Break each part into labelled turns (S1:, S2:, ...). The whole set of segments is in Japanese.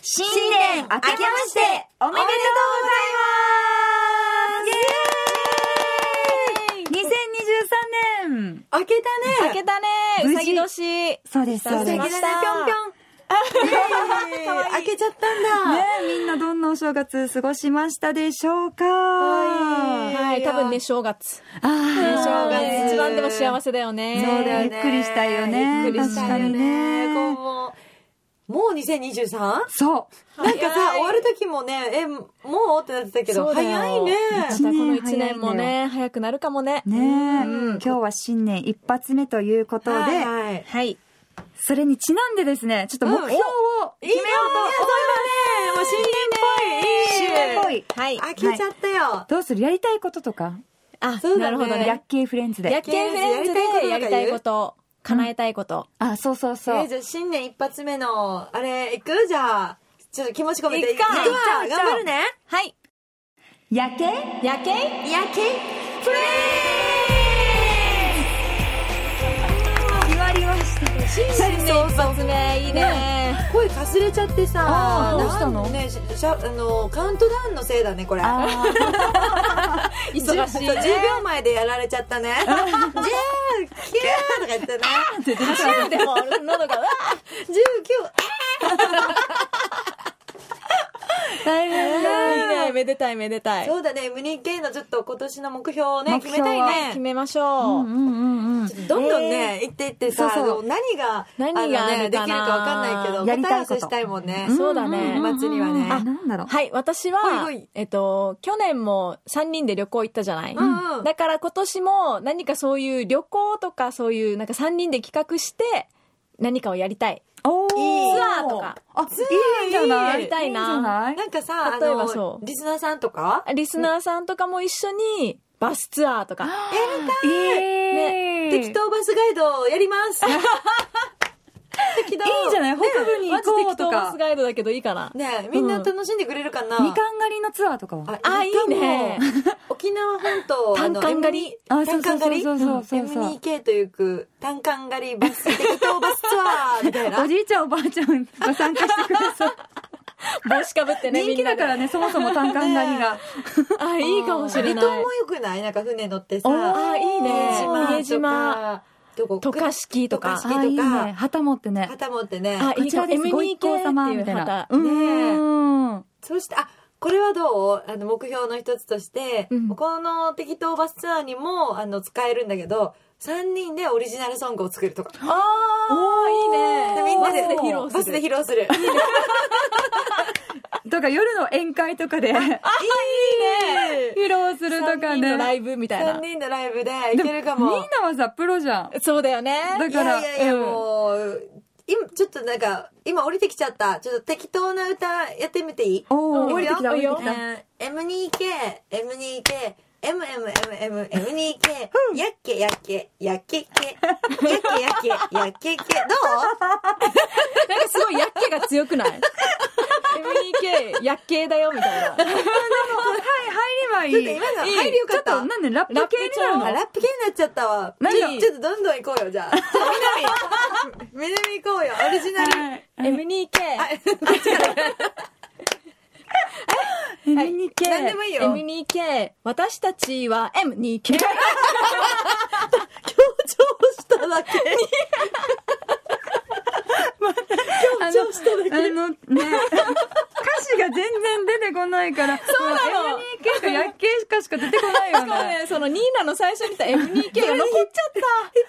S1: 新
S2: 年明けましておめでとうござい
S1: ますイエー
S2: 2023
S1: イ
S2: 年
S1: 開けたね
S3: 開けたね
S2: 無
S3: う
S2: 事
S3: さぎ年ね
S2: そうです、そう
S1: うさ
S2: です。ね
S3: 出ま
S1: ぎだね
S3: した
S1: ぴょんぴょん
S3: かわいい
S1: 開けちゃったんだ、
S2: みんなどんなお正月過ごしましたでしょうか
S3: はいい多分ね正月
S2: あー
S3: 正
S1: そうだね
S3: 月一番でも幸せだよね
S2: そうだよねびっくりしたよね
S1: びっくりしたよ
S2: 確かにね
S1: ねこうもうもう 2023?
S2: そう。
S1: なんかさ
S3: 早い
S1: 終わる時もねえもうってなってたけど
S3: そうだよ
S1: 早いね
S3: またこの一年もね早くなるかもね
S2: ねえ、
S3: うん
S2: 今日は新年一発目ということで、
S1: はいはい
S3: はい
S2: それにちなんでですね、ちょっと目標を
S1: いい
S2: 決
S1: な
S2: めよ
S1: そ
S2: うと、
S1: うだねもう新年っぽい
S2: 新年っぽい。
S3: はい
S1: 開けちゃったよ
S2: どうするやりたいこととか、
S3: あ
S1: そう
S3: な
S1: だ
S3: る
S1: ね
S3: ほど
S2: 薬
S3: ね
S2: 系フレンズで
S3: 夜。景フレンズでやりたいこと叶えたいこと
S2: あ、そうそうそ
S1: え
S2: う
S1: ー。じゃあ新年一発目のあれ行くじゃあちょっと気持ち込めて
S3: 行くか
S1: 行
S3: 行っちゃおう
S1: わ頑張るね
S3: はい
S2: 夜景
S3: 夜景
S1: 夜景フ
S2: 言われました。
S3: 新年一発目いいね
S1: 声かすれちゃってさ
S2: あーどうしたの
S1: なんねししゃあのカウントダウンのせいだねこれ
S2: あー
S3: 忙 しい
S1: そう
S3: ね
S1: 10秒前でやられちゃったね「じゃあキュー!」とか言ってね
S3: 10でも喉がうわ
S1: 「19!
S2: 大変だ。
S3: ーいいねめでたいめでた」い
S1: そうだね M2K のちょっと今年の目標をね
S2: 目
S1: 決
S2: 標
S1: め
S2: は
S1: たい
S3: 決
S1: ね
S3: めましょう、
S2: うんうんうん。
S1: どんどんね行っていってさ
S2: そうそう
S1: あの何が
S3: 何が
S1: あのね
S3: ある
S1: で
S3: かな
S1: きるか分かんないけど
S2: やり
S1: 答え
S2: た
S1: 合
S2: い
S1: わ
S2: こと
S1: せしたいもんね
S3: そうだね
S2: んうんうん
S1: 年末にはね
S2: あ、なんだろう。
S3: はい、私
S1: ほい
S3: は、
S1: ほい
S3: えっと、去年も3人で旅行行ったじゃない、
S1: うんうん
S3: だから今年も何かそういう旅行とかそういうなんか3人で企画して何かをやりたい。
S2: おー
S1: いい
S3: ツアーとか。
S2: あ、いいんじゃない
S3: いいやりたいな
S2: じゃない
S1: なんかさあ
S3: 例えばそ
S1: の
S3: う
S1: リスナーさんとか
S3: リスナーさんとかも一緒にバスツアーとか。
S2: えー
S1: 適当バスガイドやります 適当
S2: いいじゃない北部に
S3: マ
S2: 行
S3: ジで
S2: こ
S3: 適
S2: うと
S3: 当バ
S2: か
S3: ス。ガイドだけどいいかな。
S1: ねみんな楽しんでくれるかな
S2: みかん狩りのツアーとかは。
S3: あ、いいね。
S1: 沖縄本島
S3: 単管狩り
S1: あの
S2: あそうそう
S1: M2- 単管狩り
S2: そうそうそうそう
S1: M2K というく単管狩りバ ス適当バスツアーみたいな
S2: おじいちゃんおばあちゃんが参加してください。
S3: 帽子かぶってね、
S2: 人
S3: み
S2: 気
S3: んな
S2: だ
S3: で
S2: から。ね、そもそも単管狩りが。
S3: あ、いいかもしれ
S1: 離
S3: な
S1: 島
S3: い
S1: も。よくないなんか船乗って
S2: お
S1: さ
S2: ー
S3: あ、いいね。
S1: 家
S3: 家島。
S1: 島とかどこ
S3: 渡嘉敷と
S1: 渡
S3: か
S1: 嘉。敷
S2: あ、いいね。旗持ってね。
S1: 旗持ってね
S3: あ、いいかも。
S2: こちらです
S3: M2K
S2: ご一行様
S3: っていう
S2: みたいな
S3: 旗。
S2: うん
S1: ね
S2: うん。
S1: そしてあこれはどうあの目標の一つとして、
S3: うん
S1: この適当バスツアーにもあの使えるんだけど3人でオリジナルソングを作るとか
S3: あ あ、いいね。
S1: みんな
S3: バ
S1: で
S3: スで披露する。
S1: バスで披露するいいね
S2: とか夜の宴会とかで披露するとか
S3: 三人のラ
S2: ね。
S3: イブみたい
S1: 3
S3: な。
S1: 人のライブでいけるかも
S2: みんなはさ、プロじゃん。
S3: そうだよね。
S2: だ
S1: い
S2: から、
S1: やいやいや
S2: うん
S1: もう今ちょっとなんか今降りてきちゃったちょっと適当な歌やってみていい
S2: おー、
S3: うん
S2: 降りてきた、降
S3: いい
S2: りて
S3: よ
S2: きた。
S1: えー M2KM2KMMMM M2K やっけやっけやっけっけやっけやっけやっけっけどう
S3: なんかすごいやっけが強くない ?M2K、やっけだよ、みたいな。
S2: はい、入
S1: ちょっ
S2: れ
S1: と
S2: ばいい。
S1: 今の入りよかっ
S2: ちょ
S1: た
S2: っと、なんで、ラップ系になるの
S1: あラップ系になっちゃったわ
S2: なんか
S1: ちょちょっとどんどん行こう よじゃあちょっと南南行こうよオリジナル
S3: M2K。
S2: 何
S1: 何でもいいよ
S3: M2K。私たちは M2K。
S1: 強調しただけ
S2: あの、あのね、歌詞が全然出てこないから、そう
S3: なの
S2: MNK か薬系しかしか出てこないよ
S3: しかも
S2: ね。
S3: ね、そのニーナの最初に言った M2K が残っちゃっ
S1: ちゃって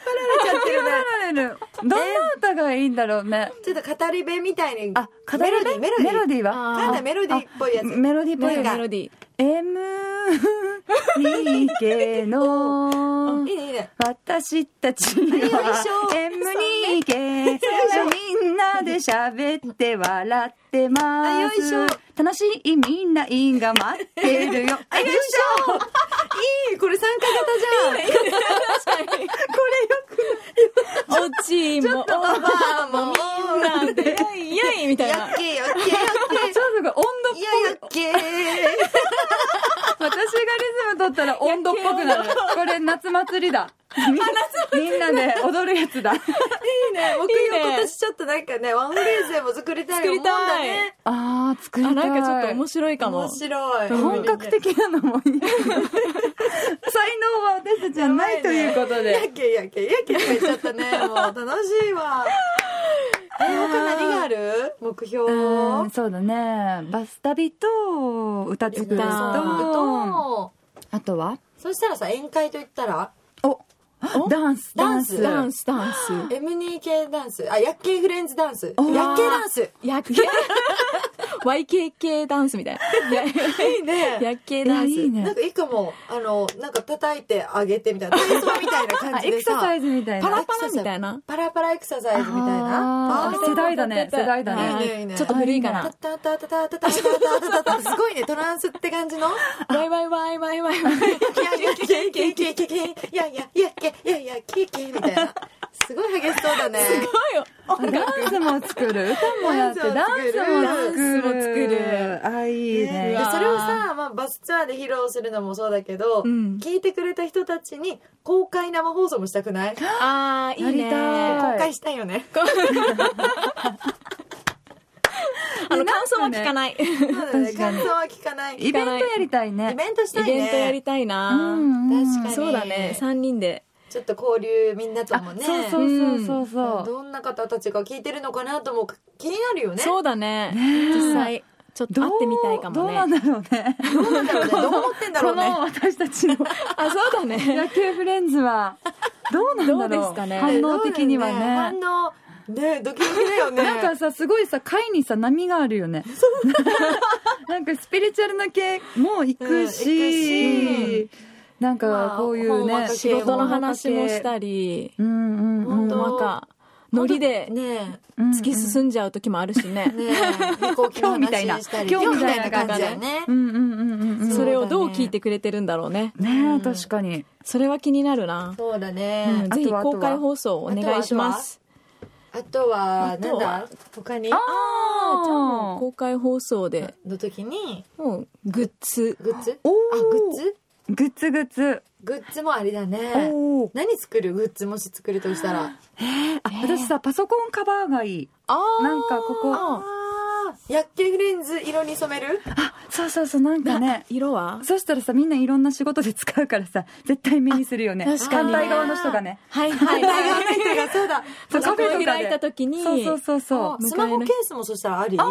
S1: るね
S2: 流れる。どんな歌がいいんだろうね。
S1: ちょっと語り部みたいに
S2: あ、語
S1: メ
S2: り
S1: ロ
S2: 部
S1: ディーメロディ
S2: メロディーは
S3: あー
S1: なんだメロディーっぽいやつ
S2: メロディーっぽい
S1: な
S3: た。
S1: んか
S2: や
S3: メロディー。
S2: つ。M2K の
S1: いいねいいね
S2: 私たち
S1: 一
S2: は
S1: 緒
S2: M2K みんなで喋って笑って
S1: あ
S2: ま
S1: よい
S2: す
S1: しょ
S2: 楽しいみんな委員が待ってるよ あよいしょこ
S1: いいこれ参加型じゃん
S3: おちいも、おばあも、みんなで、イエイイエイみたい
S1: や
S3: な
S1: っ。けやっけやっ
S2: れちょっとこれ温
S1: けいややっけ
S2: 度私がリズム取ったら温度っぽくなる。これ夏祭 りだ。みんなみんなで踊るやつだ。
S1: いいね木曜今年ちょっとなんかねワンフレーズでも作りたいもんだ
S3: 作
S1: ね
S2: あー、作り
S3: あ
S2: たい。
S3: なんかちょっと面白いかも
S1: 面白い
S2: 本格的なのもい い。才能は私たちはないということ
S1: や
S2: で。
S1: けやけやけやけ言っちゃったねもう楽しいわえ他何がある目標
S2: うんそうだね。バス旅と、歌作ると、あ
S1: と
S2: とは
S1: そしたらさ宴会と言ったら
S2: おダンス、
S1: ダンス
S3: ダンスダンス
S1: エムニー系ダンスあ薬系フレンズダンス薬系
S2: ー
S1: ダンス
S3: やっけ YKK ダンスみたいなや
S1: いいね
S3: やっけ
S2: いや
S3: ダンス
S2: いい
S1: な
S2: ね
S1: ん。かいいかもあのなんか叩いてあげてみたいな体操みたいな感
S2: あ、
S1: じ
S2: エ
S1: で
S2: クサ
S1: さ
S2: サイズみたい
S3: パ
S2: な。
S3: ラパラみたいな
S1: パラパラエクササイズみたいな
S2: あー世代だね世代だね
S1: いいねいいね
S3: ちょっと古いか
S1: タ
S3: な
S1: タタタタタタタタタすごいねトランスって感じの
S3: ワイワイワイワイワイワイ
S1: いやいやいやいやいやいやいやいやいやいやいやキキみたいなすごい激しそうだね
S2: ダンスも作る、歌もやって、ダンスも作る。
S3: ダンスも作る
S2: あ、いい
S1: ね
S2: ね。
S1: でそれをさ、まあ、バスツアーで披露するのもそうだけど、
S3: うん
S1: 聞いてくれた人たちに公開生放送もしたくない公
S3: あーいい
S2: や
S3: ね
S2: りたい
S1: 開したいよね。
S3: あの感想は聞かないイ
S1: そうだね
S2: 確か
S1: 感
S2: に
S1: 想は聞かない。イ
S2: イ
S1: ベ
S2: ベントやりたいね。
S1: ントしたいね。
S3: ベントやりたいうなん
S2: うん
S1: 確かに
S3: そうだね3人で
S1: ちょっと交流みんなともね。
S2: そうそうそうそうそう。
S1: どんな方たちが聞いてるのかなとも気になるよね。
S3: そうだね
S2: ねえ
S3: 実際ちょっと
S2: ど
S3: 会
S2: う
S3: ってみたいか
S2: ど
S3: も
S2: うなん
S3: ね
S2: だろうね。
S1: どうなんだろうね。どう思ってんだろ
S2: こ
S1: うね
S2: の。私たちの
S3: あそうだね
S2: 野球フレンズはどうなんだろう。
S3: どうですかね
S2: 反応的には
S1: どうな
S2: ね
S1: ん。だろうね反応、ねドキドキだよね。
S2: なんかさすごいさ貝にさ波があるよねなんかスピリチュアルな系も行く
S1: うん行
S2: し,、なんかこういう
S1: まあ
S2: ね
S1: 本
S3: 仕事の話もし
S2: い
S3: たり
S2: うんうん
S3: ほ
S2: うんん
S1: 本当
S3: まかノリで
S1: ね
S3: 突き進んじゃう時もあるしね
S1: え、ねえ、飛行機の
S2: 今日みたいな
S1: 話したり、
S2: 今日みたいな
S1: 感じだよね
S2: う。んうんうんうんうん
S3: それをどう
S1: そうだね
S3: 聞いてくれてるんだろうね
S2: ねえ確かに
S3: それは気になるな、
S1: そうだ
S3: うん
S1: ね。
S2: あ
S3: ぜひ
S2: とはあとは
S3: 公開放送をお願いします
S1: あとは、
S3: あ
S1: な
S3: と
S1: ん
S3: は
S1: だ他に
S3: あじゃあもう公開放送で
S1: の時に、
S3: もうグッズ
S1: グッズあ、
S2: おー
S1: グッズ
S2: グッズグッズ
S1: グッズもありだね。
S2: おー
S1: 何作るグッズもし作るとしたら。
S2: あ私さパソコンカバーがいい
S3: あー
S2: なんかここ
S1: あー薬系フレンズ色に染める
S2: あそうそうそうなんかね
S3: 色は
S2: そしたらさみんないろんな仕事で使うからさ絶対目にするよね
S3: あ確かにね
S2: 反対側の人がね
S3: はいはい
S1: 大
S3: は
S1: 学
S3: い
S1: の人がそうだ。
S2: そう
S3: パソコン
S2: カフェとかで
S3: 開いた時に
S2: そうそうそうそ
S1: あ
S2: う
S1: スマホケースもそしたらあり
S2: あ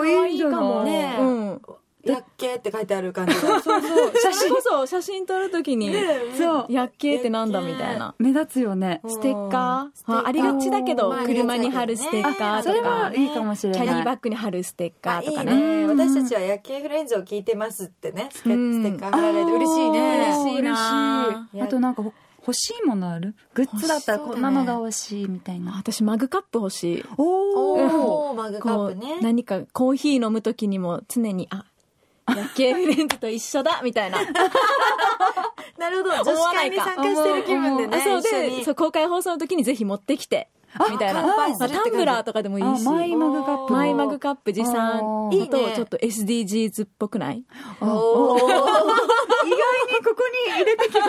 S2: あいいんじゃない
S1: ね
S3: うん
S1: 薬系って書いてある感じだ。
S2: そうそう
S3: 写真こそ写真撮るときに
S2: そう
S3: 夜景ってなんだみたいな
S2: 目立つよね
S1: うん
S3: ステッカ
S1: ステ
S3: ー
S1: ッカー
S3: あありがちだけど
S1: まあ
S3: 車に貼るステッカー
S2: あ
S3: と
S2: それ
S3: か
S2: はいいかもしれ
S3: キ
S2: な
S3: ャ
S2: い
S3: リーバッグに貼るステッカ
S1: あ
S3: ーとか
S1: いい
S3: ね
S1: ね私たちは夜景フレンズを聞いてますってねステ
S3: うん
S1: ステッカー貼られて嬉しい
S2: あー
S1: ね
S3: 嬉しい
S2: 嬉
S3: な
S2: しいあとなんかほ欲しいものあるグッズだったら
S1: 欲
S2: こ
S1: しそうん
S2: な
S1: だね
S2: のが欲しいみたいな
S3: 私マグカップ欲しい
S2: お
S1: おーマグカ
S3: こ
S1: ッ
S3: う
S1: プね
S3: 何かコーヒー飲むときにも常にあ夜景フレンズと一緒だみたいな
S1: なるほど女子会に参加してる気分でね
S3: あそう
S1: 一緒に
S3: でそう公開放送の時にぜひ持ってきてみたいな
S1: 乾杯
S3: まあ
S1: するって感
S3: タ
S1: じ
S3: ンブラーとかでもいい
S2: あ
S3: し
S2: マイマグカップ
S3: マイマグカップ持参
S2: お
S1: ー
S3: だとちょっと SDGs っぽくない
S1: おおー
S2: 意
S1: こ
S2: 外にここに入れてきまし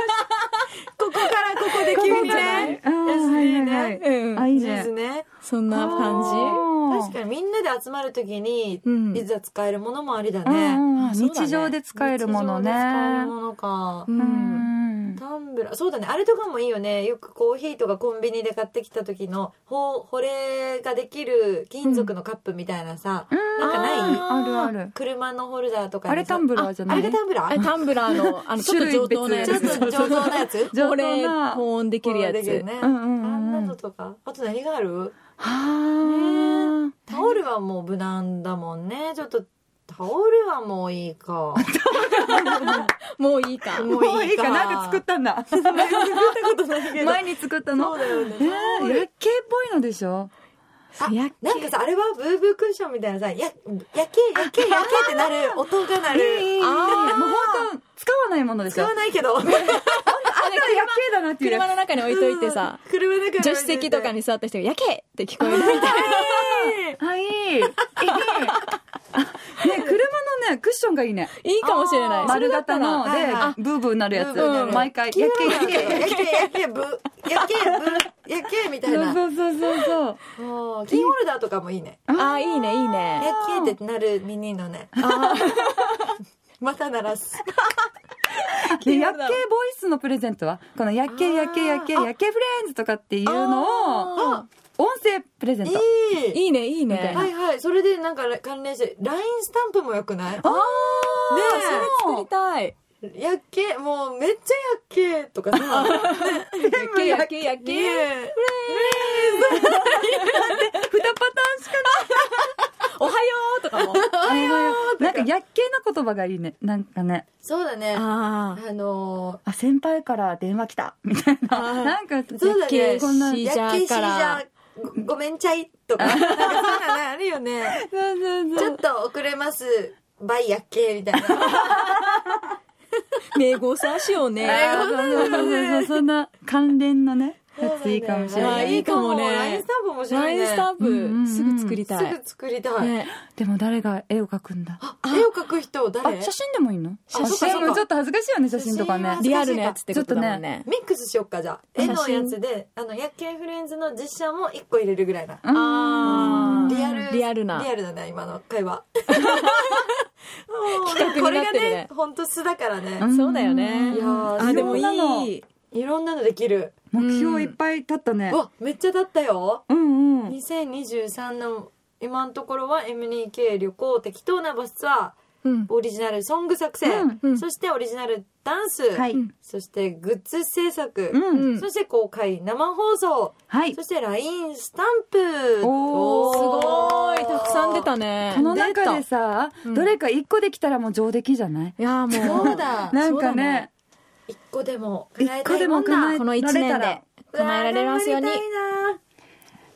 S1: こからここで君ね
S2: たあーはいはいはい
S3: うん
S2: あいい
S1: で
S2: ね
S1: すね
S3: そんな感
S1: 確
S2: に
S1: かにみんなで集まるときに
S3: うん
S1: いざ使えるものもありだ
S2: ね
S1: ね
S3: あそうだ
S2: 日
S3: ね
S2: 常で使えるものね
S1: 日常で使えるものか
S3: じ
S2: う
S3: うん
S2: ん
S1: タンブラーそうだねあれとかもいいよねよくコーヒーとかコンビニで買ってきた時のほ保冷ができる金属のカップみたいなさ、なんかない
S2: あるある
S1: 車のホルダーとかにさ
S2: あれタンブラーじゃ
S1: あ
S2: な
S1: れ
S2: い
S1: がタンブラ
S3: あれ
S1: ー
S3: タンブラーのあのちょっと上等なや
S1: ちょっ
S2: 種
S3: つ
S2: 類別
S1: と上等なやつ
S2: 上
S3: こ
S2: 等
S3: れ
S2: なは
S3: 保温できるや
S1: できる
S3: つ
S1: ね、
S2: うんうんうん
S1: あんなのとかあと何がある
S2: あ
S1: タオルはもう無難だもんねちょっとタオルはもういいか
S3: もういいか
S1: も
S2: もういいかなんか作ったんだ前に作った
S1: そ
S2: の
S1: うだよね
S2: えー夜景っぽいのでしょ
S1: あ
S3: やっけ
S1: なんかさあれはブーブークッションみたいなさ「ややけやけやけ」って なる音がないる
S2: いいいもう本当使わないものでし
S1: 使
S2: ょ
S1: わない けど
S2: あんな夜景だなっていうや
S3: 車
S2: つ
S3: の中に置いといてさ
S1: 車だから
S3: 助手席とかに座った人が「やけ!」って聞こえるみたいな
S2: はいいいね車のねクッションンがいいね。
S3: いいかもしれない。それ
S2: 丸
S3: だった
S2: 型
S3: ら
S2: の
S1: それだったらはいは
S2: で、ブーブーなるやつ。
S1: ブーブーなる
S2: 毎回、や
S1: キ
S2: け
S1: ュ
S2: や
S1: ーやけ
S2: け。
S1: やけやけぶやけぶやけみたい
S2: そう
S1: な。
S2: そうそうそうそう。
S1: もうキーホルダーとかもいいね。
S3: ああ、いいね、いいね。
S1: やけってなるミニのね。 また鳴ら す。
S2: で、夜景ボイスのプレゼントは、この夜景夜景夜景夜景フレンズとかっていうのを、
S1: あ、
S2: 音声プレゼン
S1: い
S2: ト。
S1: い。
S3: いいね、いいね。
S2: たいな
S1: はいはい。それでなんか関連して、ラインスタンプもよくない
S3: ああ、
S1: ね
S3: それ作りたい。
S1: やっけ、もうめっちゃやっけとか さ。
S3: やけやけや
S1: ね
S3: け。
S1: え
S2: 二パターンしか
S3: おはようとかも。
S2: ない。なんか夜景の言葉がいいね。なんかね。
S1: そうだね。あ
S3: あ
S1: の
S2: あ、先輩から電話来た。みたいな。なんか、
S1: ー、そうだね。
S2: こんな。
S3: シ
S1: や
S3: ージャ
S1: っ
S3: ー
S1: けしじ
S3: から
S1: ゃごごめんちゃいと か。なんかそういうのねあるよね。
S2: そうそう
S1: ち
S2: そ
S1: ょ
S2: う
S1: っと遅れます。バイやっけみたいな。
S3: あ、名号さんしようね。
S1: 名
S2: あ
S1: 号
S2: そうそうそう そうそんな関連のね、やついいかもしれ
S3: あ
S2: な
S3: ー
S2: い。
S3: いいかもね
S1: ラインスタンプ面白
S3: ラ
S1: い
S3: イ
S1: ね。
S3: ンスタン
S2: うんうんうん
S3: プ、すぐ作りた
S1: す
S3: い
S1: ぐ。作りたい。
S3: ね
S2: でも誰が絵を描くんだ
S1: あ絵を描く人
S2: あ
S1: 誰、
S2: 写真でもいいの
S1: あ
S2: 写
S1: そうか
S2: 真
S1: そうか
S2: もちょっと恥ずかしいよね、写真とか
S1: 写
S2: ね
S1: 真。
S3: リアルなやつってことだもんね。
S1: ミックスしよっかじゃあ絵のやつであの夜景フレンズの実写も1個入れるぐらいな
S2: うん
S3: あー
S1: リアル
S3: リアルな
S1: リアルだね今の 会話
S3: 企画になってるね
S1: これがね本当素だからね、
S2: うん
S3: そうだよね。
S1: いやー
S3: あ、でも
S2: いろんなの
S3: いい。
S1: いろんなのできる
S2: 目標いっぱい立ったね
S1: う。わめっちゃだったよ
S2: うんうん。
S1: 2023の今のところは M2K 旅行適当なバスツア
S3: うん
S1: ー。オリジナルソング作成、
S2: うん
S3: うん
S1: そしてオリジナルダンス、
S2: はい。
S1: そしてグッズ制作、
S2: うん。
S3: うん
S1: そして公開生放送
S2: はい
S1: そ。して LINE スタンプ
S2: お
S3: すご
S1: ー
S3: い。たくさん出たね。
S2: この中で
S3: 出
S2: さ、
S3: うん
S2: どれか一個できたらもう上出来じゃない
S3: たいやーもう。
S1: そうだ
S2: なん
S3: そ
S2: か
S3: うだね
S2: ね、
S1: 一個でも
S2: 一
S1: 叶え
S2: 個
S1: た
S2: で
S1: いも
S2: も
S1: んだ
S2: 叶え
S3: この1
S2: られた
S3: 年で
S2: ら。
S3: 叶えられますように
S1: うわー。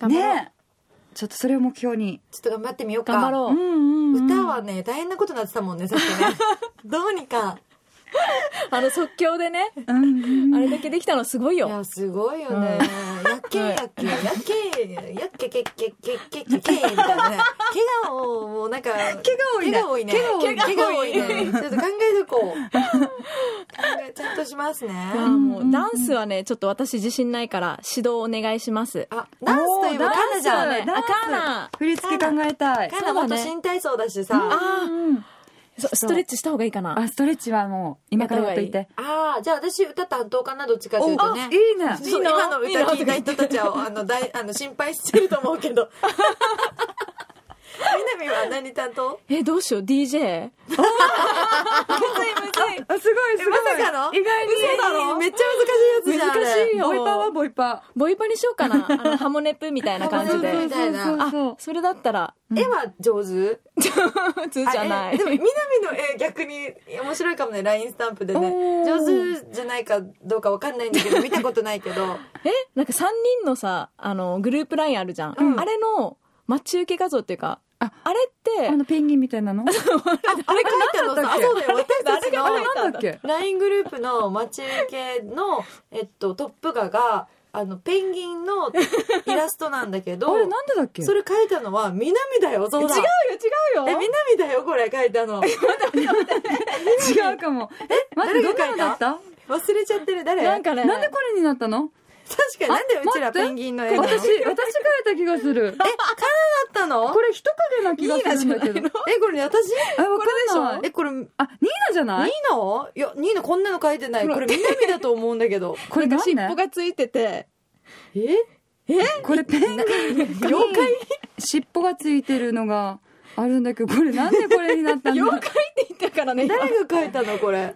S1: 頑張りたい
S3: 頑
S1: な
S3: 張ろう
S2: ねちょっとそれを目標に。
S1: ちょっと頑張ってみようか
S3: 頑張ろう。
S2: ん
S1: 歌はね大変なことになってたもんねさっきね どうにか
S3: あの即興でね、
S2: うんうん
S3: あれだけできたのすごい
S1: い
S3: よ。
S1: やすごいよね、やっけ
S3: はい
S1: やっけやっけやっけけけけけけけみたいなね怪我をもうなんか怪
S2: 多いね
S1: 怪我多いね
S2: 怪
S1: 怪
S3: 我
S1: 我
S3: 多
S1: 多
S3: い
S1: い
S3: ね
S1: ねちょっと考えとこう考えちゃんとしますね
S3: いやーもうダンスはね、ちょっと私自信ないから指導お願いします。
S1: あダンスといえばカナじゃん
S3: ダンスだねあカナ
S2: 振り付け考えたい。
S1: カナ元新体操だしさ、
S3: あー
S2: うん
S3: そストレッチした方がいいかな。
S2: あ、ストレッチはもう、今からやっといて。
S1: ああじゃあ私歌担当かなどっちかというとね
S2: あいいね。
S1: そう
S3: いいの
S1: 今の
S3: いいの
S1: 歌聞いた人たちはあの大あの心配してると思うけ どみなみは何担当
S3: え、どうしよう、DJ? むずいむずい。
S2: あ、すごい、すごい。
S1: まさかの
S2: 意外に。
S1: 嘘だろ
S2: め
S1: め
S2: っ
S1: っ
S2: ち
S1: ちゃ難しいやつじゃんあれ
S3: 難しい
S2: ゃ
S3: よ。
S2: ボイパはボイパ。
S3: ボイパにしようかな。あの、ハモネプみたいな感じ
S1: ハモネ
S3: で
S1: プ。たいな
S2: そうそう
S3: あ、それだったら、
S1: 絵は上手
S3: 普通じゃな
S1: あえ
S3: い
S1: で。もみなみの絵逆に面白いかもね LINE スタンプでね
S2: おー
S1: 上手じゃないかどうかわかんないんだけ ど見たことないけど
S3: えなんか3人のさ、あの、グループラインあるじゃん。あれの待ち受け画像っていうか、あ
S2: あ
S3: れって
S2: あ、のペンギンみたいなの
S1: あれ書いたのさあそうだよ私たちの
S2: あれなんだっけ
S1: LINE グループの待ち受けの、えっと、トップ画があのペンギンのイラストなんだけ ど
S2: あれなんでだっけ
S1: それ書いたのは南だよそうだ
S3: 違うよ、違
S1: え
S3: うよ。
S1: 南だよこれ書いた の
S2: 違うかも。え、待って、ど
S1: 誰
S2: んな
S1: が書い
S2: の
S1: た
S2: だった
S1: 忘れちゃってる誰
S3: なんかね、
S2: なんでこれになったの
S1: 確かになんで
S2: あ
S1: うちら
S2: 待って
S1: ペンギンの
S2: 私、
S1: 絵なの
S2: 私書いた気がする。え、
S1: ったの
S2: これ人影な気がするんだけど。
S1: えこれ私
S2: え、わかんない。
S1: えこれニー
S2: あ、ニーナじゃない
S1: ナいやニーナこんなの書いてないこれ南だと思うんだ けど
S2: これ
S3: な
S2: 何
S3: んか尻尾がついてて、
S1: え
S2: これペンギン
S1: 妖怪
S2: 尻尾がついてるのがあるんだけどこれなんでこれになったんだ
S3: 妖怪って言ったからね。今
S1: 誰が書いたのこれ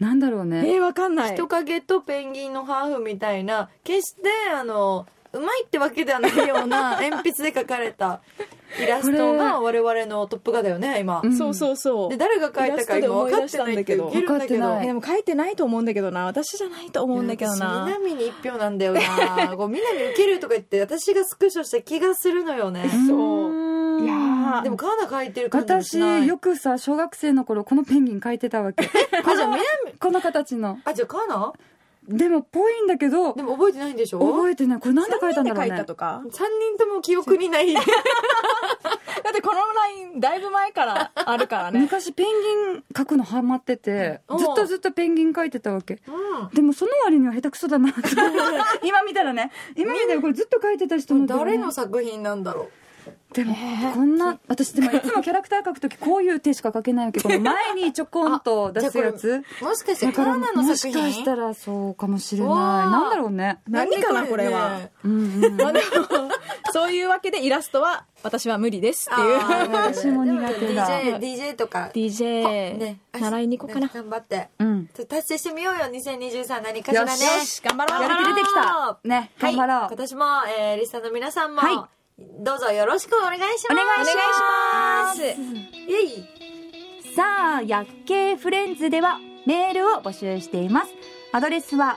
S2: なんだろうね
S3: えー、わかんない。
S1: 人影とペンギンのハーフみたいな決してあのうまいってわけではないような 鉛筆で描かれたイラストが我々のトップ画だよね今、
S2: ん
S3: そうそうそう。
S1: で誰が描いたか今分かってないって受けるんだけ
S2: 分かって
S1: ど
S2: な
S3: え
S2: い
S3: でも書いてないと思うんだけどな。私じゃないと思うんだけど
S1: いや
S3: な
S1: 私。南に一票なんだよ なこう南受けるとか言って私がスクショした気がするのよね
S3: そう
S2: う
S3: いやー
S1: でもカーナ描いてる感じもし
S2: 私
S1: ない
S2: よくさ 小学生の頃このペンギン描いてたわけ
S1: あじゃあ南
S2: この形の
S1: あじゃあカーナ
S2: でも、ぽいんだけど、
S1: でも覚えてないんでしょ
S2: 覚えてない。これなんで書いたんだろう
S3: 何で書い
S2: ね
S3: た。とか
S1: 3人とも記憶にない
S3: だってこのラインだいぶ前からあるからね
S2: 昔ペンギン書くのハマってて、
S1: うん
S2: ずっとずっとペンギン書いてたわけ。
S1: う
S2: でもその割には下手くそだ なって今見たらね今見たらこれずっと書いてた人の
S1: ん誰の作品なんだろ
S2: でも
S3: ねえ
S2: こんな私でもいつもキャラクター書くときこういう手しか書けないわ けどこの前にちょこんと出すやつ
S1: うもしかして
S2: だ
S1: カ
S2: か
S1: ー
S2: ら
S1: ナの
S2: も
S1: 作
S2: し
S1: 品
S2: かしたらそうかもしれないう
S1: わー
S2: なんだろうね
S3: 何かなこれは
S1: ね
S2: うん うん
S3: まあでもそういうわけでイラストは私は無理ですっていう
S1: あー
S2: 私も苦手だ
S1: DJ, DJ とか、
S3: DJ
S1: ね、
S3: 習いに行こうかな
S1: ね頑張って
S2: うん
S1: ちょっと達成してみようよ2023何かしらね
S2: よし
S3: よし頑張ろう
S2: やる気出てきたね
S1: はい
S2: 頑張ろ
S1: 今
S2: う
S1: 年も、えーリスナーの皆さんも、
S2: は
S1: どうぞよろしくお願いします
S2: お願いしま
S1: お願いしますイエイ
S2: さあ、薬系フレンズではメールを募集しています。アドレスは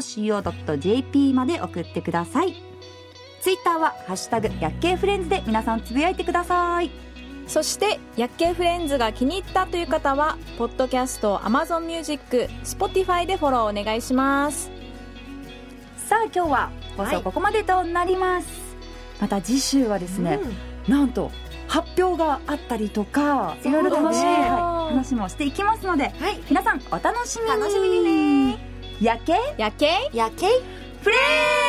S2: yakkee.rokinawa.co.jp まで送ってください。ツイッターはハッシュタグ薬系フレンズで皆さんつぶやいてください。
S3: そして「薬系フレンズ」が気に入ったという方はポッドキャスト AmazonMusic、Spotify でフォローお願いします
S2: さあ今日は放送ここまでとなります。また次週はですね、なんと発表があったりとか、いろいろとね、
S1: そうだ
S3: ね
S2: はい話もしていきますので、
S1: うんはい
S2: 皆さんお楽しみに
S1: 楽しみに
S2: ね。夜景
S3: 薬系
S1: やけい
S2: フレンズ